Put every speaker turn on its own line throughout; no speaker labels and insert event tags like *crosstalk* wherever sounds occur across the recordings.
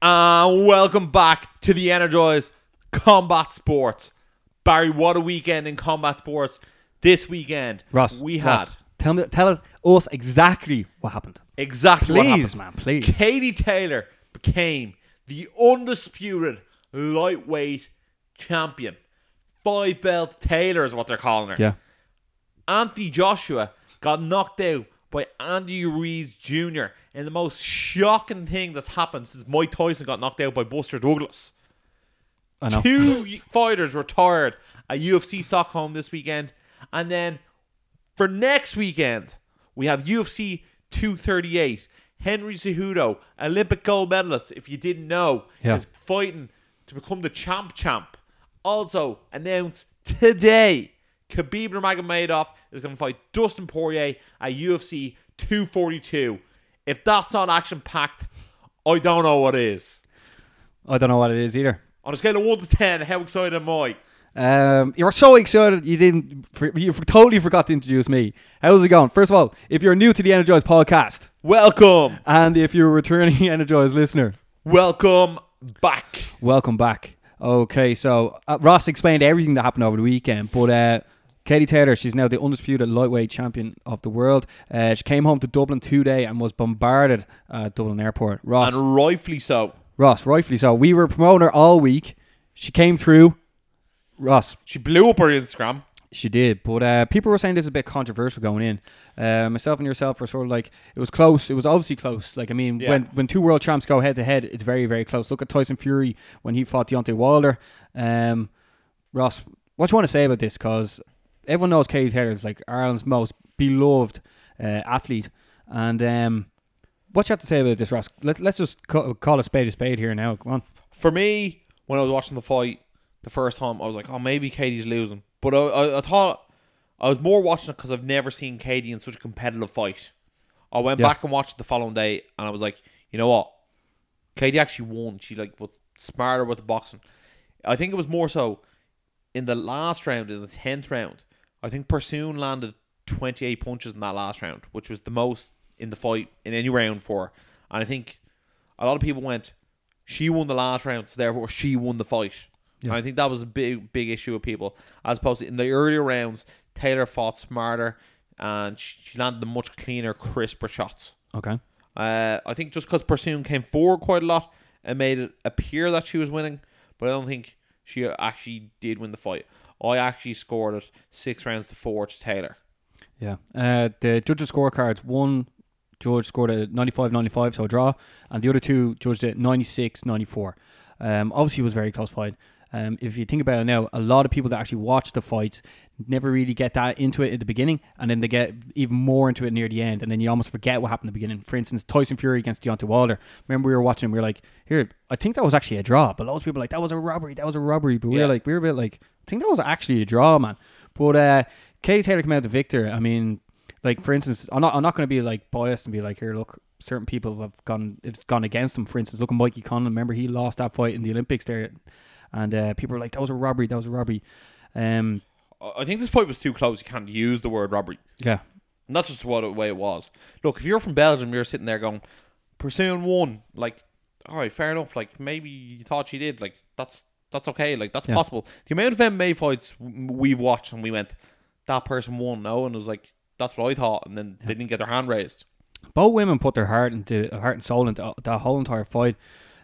Uh, welcome back to the Energize Combat Sports. Barry, what a weekend in combat sports this weekend.
Ross,
we had
Ross, Tell me, tell us, us exactly what happened.
exactly what
Please,
happened.
man, please.
Katie Taylor became the undisputed lightweight champion. Five belt Taylor is what they're calling her.
Yeah.
Anthony Joshua got knocked out by Andy Ruiz Jr. in the most shocking thing that's happened since Mike Tyson got knocked out by Buster Douglas.
I know.
Two y- fighters retired at UFC Stockholm this weekend. And then for next weekend, we have UFC 238. Henry Cejudo, Olympic gold medalist, if you didn't know,
Yeah.
is fighting to become the champ champ. Also announced today, Khabib Nurmagomedov is going to fight Dustin Poirier at UFC 242. If that's not action packed, I don't know what is.
I don't know what it is either.
On a scale of 1 to 10, how excited am I?
Um, you were so excited you didn't for, you for, totally forgot to introduce me. How's it going? First of all, if you're new to the Energize podcast
Welcome.
and if you're a returning *laughs* Energize listener,
Welcome back.
welcome back. Okay, so uh, Ross explained everything that happened over the weekend, but uh, Katie Taylor, she's now the undisputed lightweight champion of the world. Uh, she came home to Dublin today and was bombarded at Dublin Airport. Ross,
And rightfully so.
Ross, rightfully so. We were promoting her all week. She came through. Ross,
She blew up her Instagram.
she did, but uh, people were saying this is a bit controversial going in. Uh, myself and yourself were sort of like it was close. It was obviously close. Like I mean,
Yeah.
when when two world champs go head to head, it's very very close. Look at Tyson Fury when he fought Deontay Wilder. Um, Ross, what do you want to say about this? Because everyone knows Katie Taylor is like Ireland's most beloved uh, athlete, and um, what do you have to say about this, Ross? Let, let's just ca- call a spade a spade here now. Come on.
For me, when I was watching the fight the first time, I was like, oh, maybe Katie's losing. But I, I, I thought I was more watching it because I've never seen Katie in such a competitive fight. I went
Yeah.
back and watched it the following day, and I was like, you know what? Katie actually won. She like was smarter with the boxing. I think it was more so in the last round, in the tenth round. I think Pursoon landed twenty eight punches in that last round, which was the most in the fight in any round for. her. And I think a lot of people went, she won the last round, so therefore she won the fight.
Yeah.
And I think that was a big big issue with people, as opposed to in the earlier rounds, Taylor fought smarter and she she landed the much cleaner, crisper shots.
Okay.
Uh, I think just because Pursoon came forward quite a lot and made it appear that she was winning, but I don't think she actually did win the fight. I actually scored it six rounds to four to Taylor.
Yeah. Uh, the judges' scorecards one judge scored a 95 95, so a draw, and the other two judged it 96 94. Um, obviously, it was a very close fight. Um, if you think about it now, a lot of people that actually watch the fights never really get that into it at the beginning, and then they get even more into it near the end, and then you almost forget what happened at the beginning. For instance, Tyson Fury against Deontay Wilder. Remember, we were watching, we were like, "Here, I think that was actually a draw," but lots of people were like, "That was a robbery, that was a robbery," but we
Yeah.
were like, we were a bit like, "I think that was actually a draw, man." But uh, Katie Taylor came out the victor. I mean, like for instance, I'm not I'm not going to be like biased and be like, here, look, certain people have gone it's gone against them. For instance, look at Mikey Conlon. Remember, he lost that fight in the Olympics there, and uh, people were like, that was a robbery, that was a robbery. Um,
I- I think this fight was too close. You can't use the word robbery.
yeah,
And that's just what the way it was. Look, if you're from Belgium, you're sitting there going, Pursuing one, like, all right, fair enough. Like, maybe you thought she did. Like, that's that's okay. Like, that's
Yeah.
possible. The amount of MMA fights w- we've watched and we went, that person won. No, and it was like, that's what I thought. And then they didn't get their hand raised.
both women put their heart into heart and soul into that whole entire fight.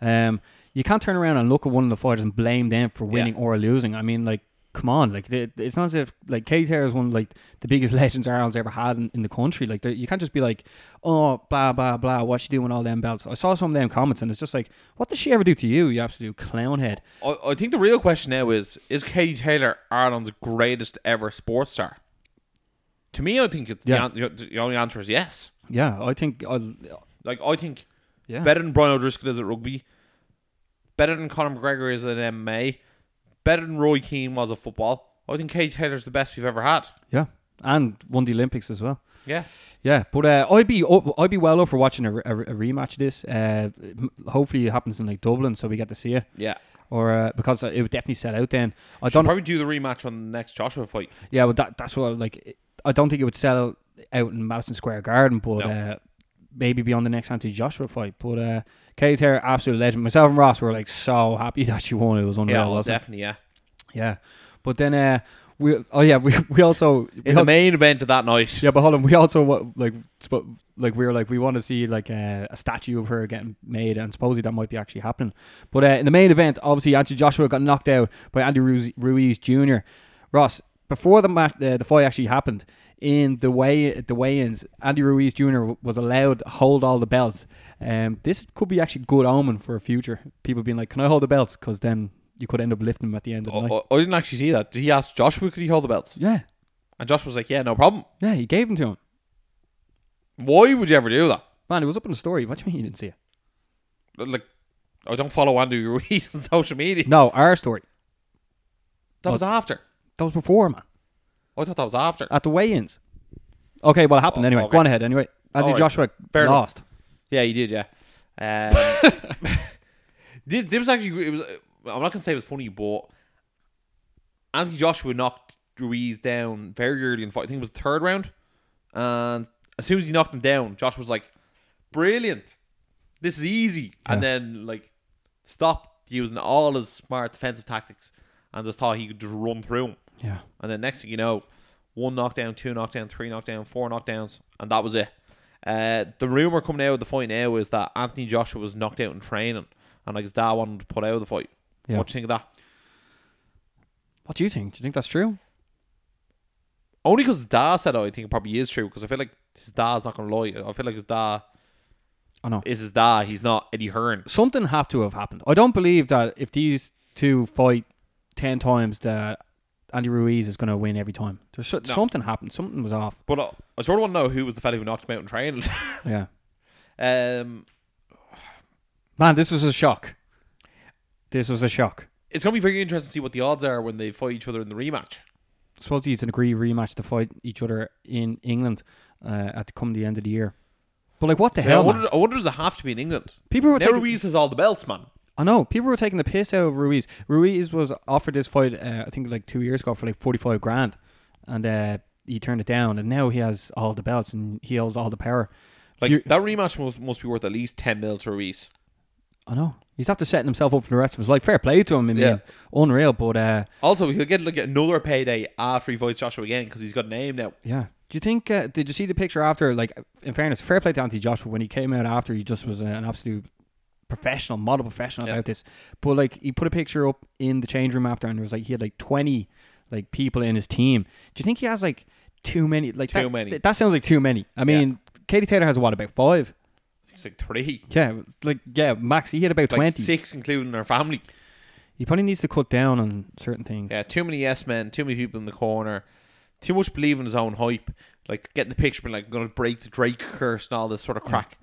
Um, you can't turn around and look at one of the fighters and blame them for winning or losing. I mean, like, come on, like they, it's not as if like Katie Taylor is one of, like the biggest *laughs* legends Ireland's ever had in, in the country. Like, they- you can't just be like, oh, blah blah blah, what's she doing with all them belts? I saw some of them comments and it's just like, what does she ever do to you, you absolute clown head?
I, I think the real question now is is Katie Taylor Ireland's greatest ever sports star? To me, I think it,
Yeah.
the, an- the only answer is yes.
Yeah, I think, I'll,
Like, I think
yeah,
better than Brian O'Driscoll is at rugby, better than Conor McGregor is at MMA, better than Roy Keane was at football. I think Katie Taylor's the best we've ever had.
yeah, and won the Olympics as well.
Yeah.
Yeah, but uh, I'd be I'd be well up for watching a, a, a rematch. Of this uh, m- hopefully it happens in like Dublin, so we get to see it,
Yeah.
or uh, because it would definitely sell out. Then I
Should
don't.
probably do the rematch on the next Joshua fight.
yeah, well, that that's what like it- I don't think it would sell out in Madison Square Garden, but
No.
uh, maybe be on the next anti Joshua fight. But uh, Katie Taylor, absolute legend. Myself and Ross were like so happy *laughs* that she won. It was unreal,
yeah, well,
wasn't
definitely, yeah.
it? Yeah. But then uh, we oh yeah we we also we
In the
also-
main event of that night,
*laughs* yeah, but hold on. We also wa- like sp- like we were like we want to see like uh, a statue of her getting made, and supposedly that might be actually happening. But uh, in the main event, obviously Anthony Joshua got knocked out by Andy Ruiz, Ruiz Jr. Ross before the match, uh, the fight actually happened in the way the weigh-ins. Andy Ruiz Jr. w- was allowed to hold all the belts. Um, this could be actually good omen for a future people being like, "Can I hold the belts?" Because then you could end up lifting them at the end of the night.
I, I- I didn't actually see that. Did he ask Joshua, could he hold the belts?
Yeah,
And Josh was like, yeah, no problem.
yeah, he gave them to him.
Why would you ever do that?
Man, it was up in the story. What do you mean you didn't see it?
Like, I don't follow Andy Ruiz *laughs* on social media.
No, our story.
That was after.
That was before, man.
I thought that was after.
At the weigh-ins. Okay, well, it happened
Oh,
anyway.
okay.
Go on ahead anyway. Andy
All right.
Joshua
Fair enough.
lost.
Yeah, you did. Yeah. Um, this, this was actually it was. I'm not gonna say it was funny, but Anthony Joshua knocked Ruiz down very early in the fight. I think it was the third round, and as soon as he knocked him down, Josh was like, "Brilliant, this is easy," and then like stopped using all his smart defensive tactics and just thought he could just run through him.
Yeah.
And then next thing you know, one knockdown, two knockdown, three knockdown, four knockdowns, and that was it. Uh, the rumor coming out of the fight now is that Anthony Joshua was knocked out in training, and like his dad wanted him to put out of the fight.
Yeah.
What do you think of that?
What do you think? Do you think that's true?
Only because his dad said it, I think it probably is true. Because I feel like his dad's not gonna lie. I feel like his dad
I know.
is his dad. He's not Eddie Hearn.
Something have to have happened. I don't believe that if these two fight ten times that Andy Ruiz is going to win every time. There's so-
No.
something happened. Something was off.
But uh, I sort of want to know who was the fella who knocked him out in training. *laughs*
Yeah.
um,
Man, this was a shock. This was a shock.
it's gonna be very interesting to see what the odds are when they fight each other in the rematch.
Suppose it's an agreed rematch to fight each other in England uh, at the come the end of the year. But like, what the
So I
hell? man?
wonder, I wonder does it have to be in England?
People were
Now
taking-
Ruiz has all the belts, man.
I know people were taking the piss out of Ruiz. Ruiz was offered this fight, uh, I think, like two years ago for like forty-five grand, and uh, he turned it down. And now he has all the belts and he holds all the power.
Like
Fu-
that rematch must must be worth at least ten mil to Ruiz.
I know he's after setting himself up for the rest of his life. Fair play to him. I mean,
Yeah.
unreal. But uh,
Also, he'll get like another payday after he fights Joshua again because he's got a name now.
yeah, do you think? Uh, did you see the picture after? Like, in fairness, fair play to Anthony Joshua when he came out after. He just was an absolute professional, model professional
Yeah.
about this. But like, he put a picture up in the change room after, and there was like he had like twenty like people in his team. Do you think he has like too many? Like
Too
that,
many.
th- that sounds like too many. I mean, Katie Taylor has what about five?
He's like three,
Yeah, like yeah, max. He had about
like
twenty.
six, including her family.
He probably needs to cut down on certain things.
Yeah, too many yes men, too many people in the corner, too much believing his own hype. Like getting the picture, being like, "I'm gonna break the Drake curse" and all this sort of crack.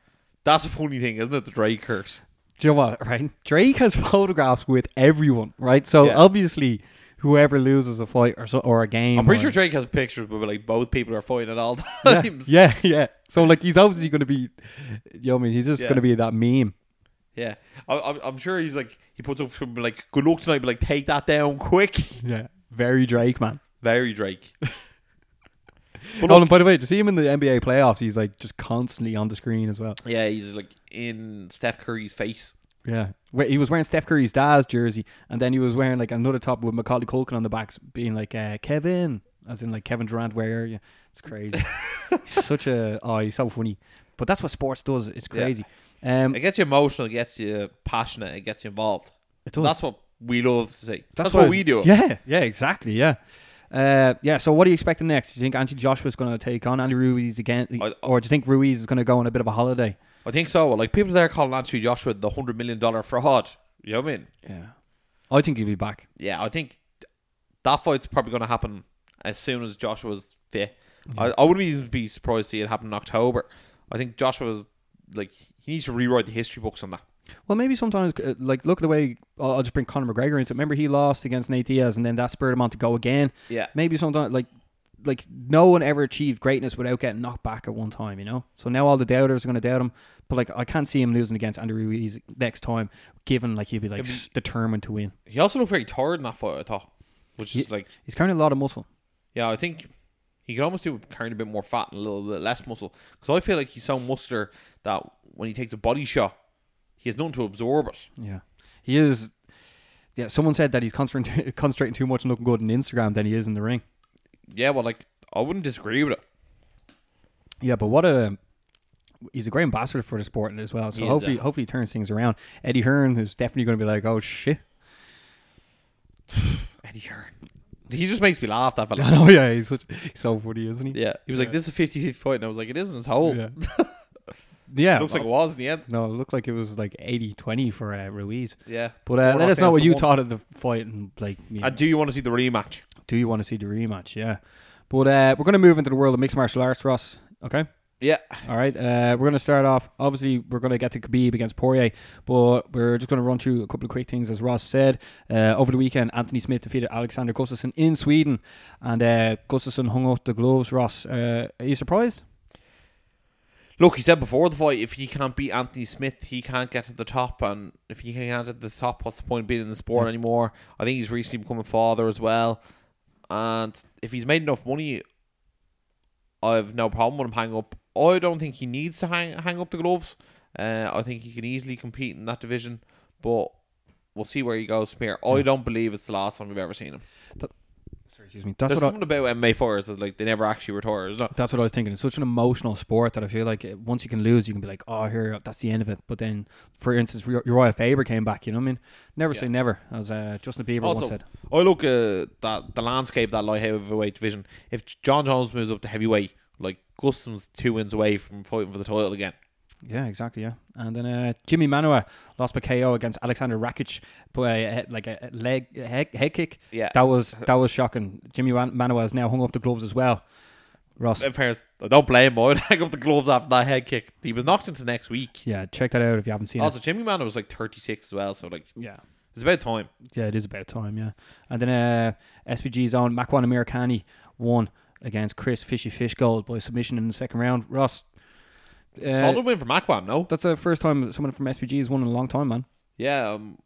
That's a funny thing, isn't it? The Drake curse.
Do you know what? Right, Drake has *laughs* photographs with everyone. Right, so
Yeah.
obviously. Whoever loses a fight or so, or a game,
I'm pretty
or-
sure Drake has pictures, but like both people are fighting at all *laughs*
yeah,
times.
yeah, *laughs* yeah. So like he's obviously going to be, you know, what I mean, he's just
Yeah.
going to be that meme.
yeah. I, I'm- I'm sure he's like he puts up something like "Good luck tonight," but like take that down quick.
Yeah, very Drake man.
Very Drake.
But Nolan, by the way, to see him in the NBA playoffs, he's like just constantly on the screen as well.
Yeah, he's like in Steph Curry's face.
Yeah, Wait, he was wearing Steph Curry's dad's jersey, and then he was wearing like another top with Macaulay Culkin on the back, being like uh, Kevin, as in like Kevin Durant. Where are you? It's
*laughs*
crazy. he's such a oh, he's so funny. But that's what sports does. It's
Yeah.
crazy. Um,
It gets you emotional, it gets you passionate, it gets you involved.
it does.
That's what we love to see. That's, what, we do.
Yeah, yeah, exactly. Yeah. Uh, yeah, so what are you expecting next? Do you think Anthony Joshua's going to take on Andy Ruiz again?
I-
or do you think Ruiz is going to go on a bit of a holiday?
I think so. Like people there calling Anthony Joshua the hundred million dollar fraud. You know what I mean?
Yeah. I think he'll be back.
Yeah, I think that fight's probably gonna happen as soon as Joshua's fit. I, I wouldn't even be surprised to see it happen in October. I think Joshua's like he needs to rewrite the history books on that.
Well, maybe sometimes, uh, like, look at the way I'll, I'll just bring Conor McGregor into it. Remember, he lost against Nate Diaz, and then that spurred him on to go again.
Yeah.
Maybe sometimes, like, like no one ever achieved greatness without getting knocked back at one time, you know. So now all the doubters are going to doubt him. But like, I can't see him losing against Andy Ruiz next time, given like he'll be like
Yeah, but-
s- determined to win.
He also looked very tired in that fight, I thought. Which is like
He's carrying a lot of muscle.
Yeah, I think he could almost do with carrying a bit more fat and a little bit less muscle. Because I feel like he's so muscular that when he takes a body shot, He has nothing to absorb it.
Yeah, he is. Yeah, someone said that he's concentrating, *laughs* concentrating too much on looking good on Instagram than he is in the ring.
Yeah, well, like I wouldn't disagree with it.
Yeah, but what a he's a great ambassador for the sport as well. So
He is,
hopefully,
uh,
hopefully he turns things around. Eddie Hearn is definitely going to be like, oh shit. *laughs*
Eddie Hearn. He just makes me laugh. That *laughs* fella.
oh yeah, he's, such, he's so funny, isn't he?
Yeah, he was like, "This is 50-50 fight," and I was like, "It isn't his whole." *laughs*
yeah. Yeah,
Looks like it
well,
was in the end.
no, it looked like it was like 80-20 for uh, Ruiz.
Yeah,
But uh,
Four
let us
knockdowns
know what
to
you
one.
thought of the fight and like you know,
And do you want to see the rematch?
do you want to see the rematch? Yeah. But uh, we're going to move into the world of mixed martial arts, Ross. Okay.
Yeah,
All right. Uh, we're going to start off. Obviously, we're going to get to Khabib against Poirier, but we're just going to run through a couple of quick things. As Ross said, uh, over the weekend, Anthony Smith defeated Alexander Gustafsson in Sweden, and uh, Gustafsson hung up the gloves. Ross, uh, are you surprised?
Look, he said before the fight, if he can't beat Anthony Smith, he can't get to the top, and if he can't get to the top, what's the point of being in the sport anymore? I think he's recently become a father as well, and if he's made enough money, I've no problem with him hanging up. I don't think he needs to hang hang up the gloves. Uh, I think he can easily compete in that division, but we'll see where he goes from here. I don't believe it's the last time we've ever seen him.
Sorry, excuse me. That's
There's
what I,
something about MMA fighters that like they never actually retire. Isn't it?
that's what I was thinking. It's such an emotional sport that I feel like uh, once you can lose, you can be like, oh, here, that's the end of it. But then, for instance, Uri- Uriah Faber came back. You know what I mean? Never say
Yeah.
never, as uh, Justin Bieber
Also-
once said.
I look uh, that the landscape of that light heavyweight division. If John Jones moves up to heavyweight, like Gustin's two wins away from fighting for the title again.
Yeah, exactly. Yeah, and then uh, Jimmy Manoa lost by KO against Alexander Rakic by a, he- like a a leg a head, head kick.
Yeah.
That
*laughs*
was that was shocking. Jimmy Man- Manoa has now hung up the gloves as well. Ross,
In fairness, I don't blame him. *laughs* I'd hang up the gloves after that head kick. He was knocked into next week.
yeah, check that out if you haven't seen
Also, Jimmy Mann was like 36 as well, so like
it. Yeah,
it's about time.
yeah, it is about time. Yeah, and then uh, SPG's own Makwan Americani won against Chris Fishy Fish Gold by submission in the second round. Ross, uh,
Solid win for Aquam, no?
that's the first time someone from SPG has won in a long time, man.
Yeah, um,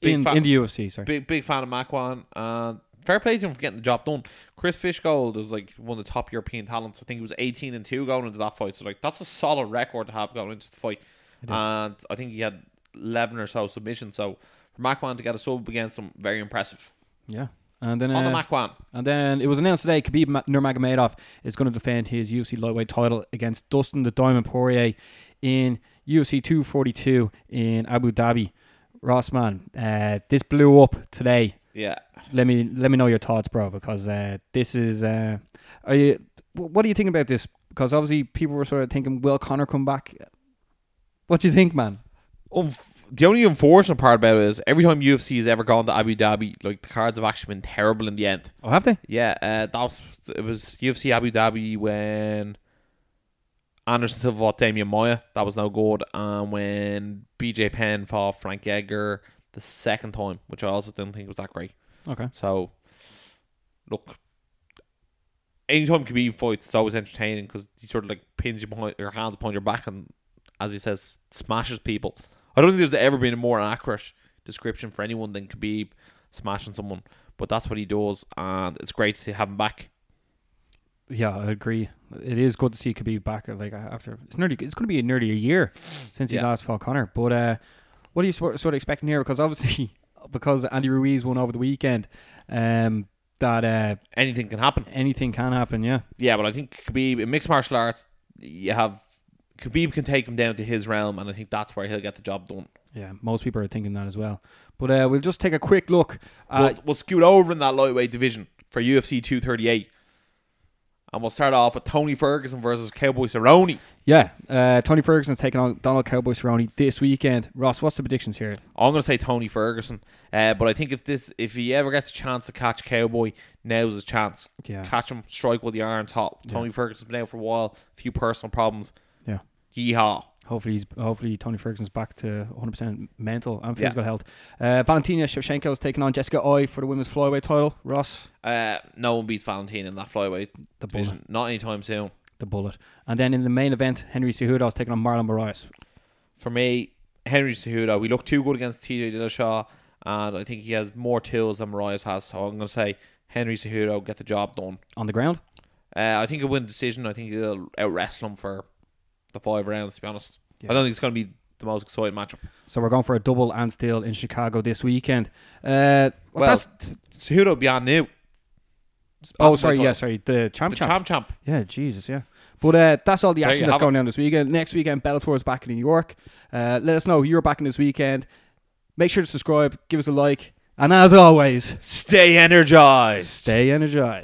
big
In,
fan.
in the UFC, sorry.
big big fan of Makwan. Uh, fair play to him for getting the job done. Chris Fishgold is like one of the top European talents. I think he was eighteen and two going into that fight. So like that's a solid record to have going into the fight.
It is.
And I think he had eleven or so submissions. So for Makwan to get a sub against him, very impressive.
Yeah, and then
On the
uh,
Makwan.
And then it was announced today Khabib Ma- Nurmagomedov is going to defend his UFC lightweight title against Dustin the Diamond Poirier in UFC 242 in Abu Dhabi. Rossman, uh, this blew up today.
Yeah.
Let me let me know your thoughts, bro, because uh, this is. Uh, are you? wh- What do you think about this? Because obviously people were sort of thinking, will Connor come back? What do you think, man?
Unf- the only unfortunate part about it is every time UFC has ever gone to Abu Dhabi, like the cards have actually been terrible in the end.
Oh, have they?
Yeah, uh, that was it was UFC Abu Dhabi when Anderson Silva fought Damian Moya. That was no good. And when BJ Penn fought Frank Edgar the second time, which I also didn't think was that great.
Okay.
So, look, anytime Khabib fights, it's always entertaining because he sort of like pins you behind your hands behind your back and, as he says, smashes people. I don't think there's ever been a more accurate description for anyone than Khabib smashing someone. But that's what he does, and it's great to have him back.
Yeah, I agree. It is good to see Khabib back. uh, Like uh, after it's nearly, it's going to be nearly a year since he
Yeah.
last fought Connor. But uh, what are you sort sort of expecting here? Because obviously, *laughs* because Andy Ruiz won over the weekend, um, that uh,
Anything can happen.
anything can happen. Yeah,
Yeah, but I think Khabib in mixed martial arts, you have Khabib can take him down to his realm, and I think that's where he'll get the job done.
yeah. Most people are thinking that as well. But uh, we'll just take a quick look.
we'll,
At,
we'll scoot over in that lightweight division for UFC 238. And we'll start off with Tony Ferguson versus Cowboy Cerrone.
yeah, uh, Tony Ferguson's taking on Donald Cowboy Cerrone this weekend. Ross, what's the predictions here?
I'm going to say Tony Ferguson, uh, but I think if this, if he ever gets a chance to catch Cowboy, now's his chance.
Yeah.
Catch him, strike with the iron's hot. Tony Ferguson's been out for a while, a few personal problems.
Yeah.
Yeehaw.
Hopefully, he's, hopefully Tony Ferguson's back to 100% mental and
Yeah.
physical health. Uh, Valentina Shevchenko is taking on Jessica Oi for the women's flyweight title. Ross,
Uh, no one beats Valentina in that flyweight
the bullet,
division. Not anytime soon.
the bullet. And then in the main event, Henry Cejudo is taking on Marlon Moraes.
for me, Henry Cejudo, we look too good against TJ Dillashaw, and I think he has more tools than Marias has. So I'm going to say Henry Cejudo get the job done.
On the ground,
Uh, I think he'll win the decision. I think he'll out wrestle him for the five rounds. To be honest,
Yeah.
I don't think it's going to be the most exciting matchup.
So we're going for a double and still in Chicago this weekend. Uh, well,
Well,
that's,
So who do be on new?
oh, sorry, yeah, sorry, the champ
The
champ.
champ champ.
Yeah, Jesus, yeah. But uh, that's all the
There
action
you
that's
have
going down this weekend. Next weekend, Bellator's back in New York. Uh, let us know who you're backing this weekend. Make sure to subscribe, give us a like, and as always,
Stay energized.
stay energized.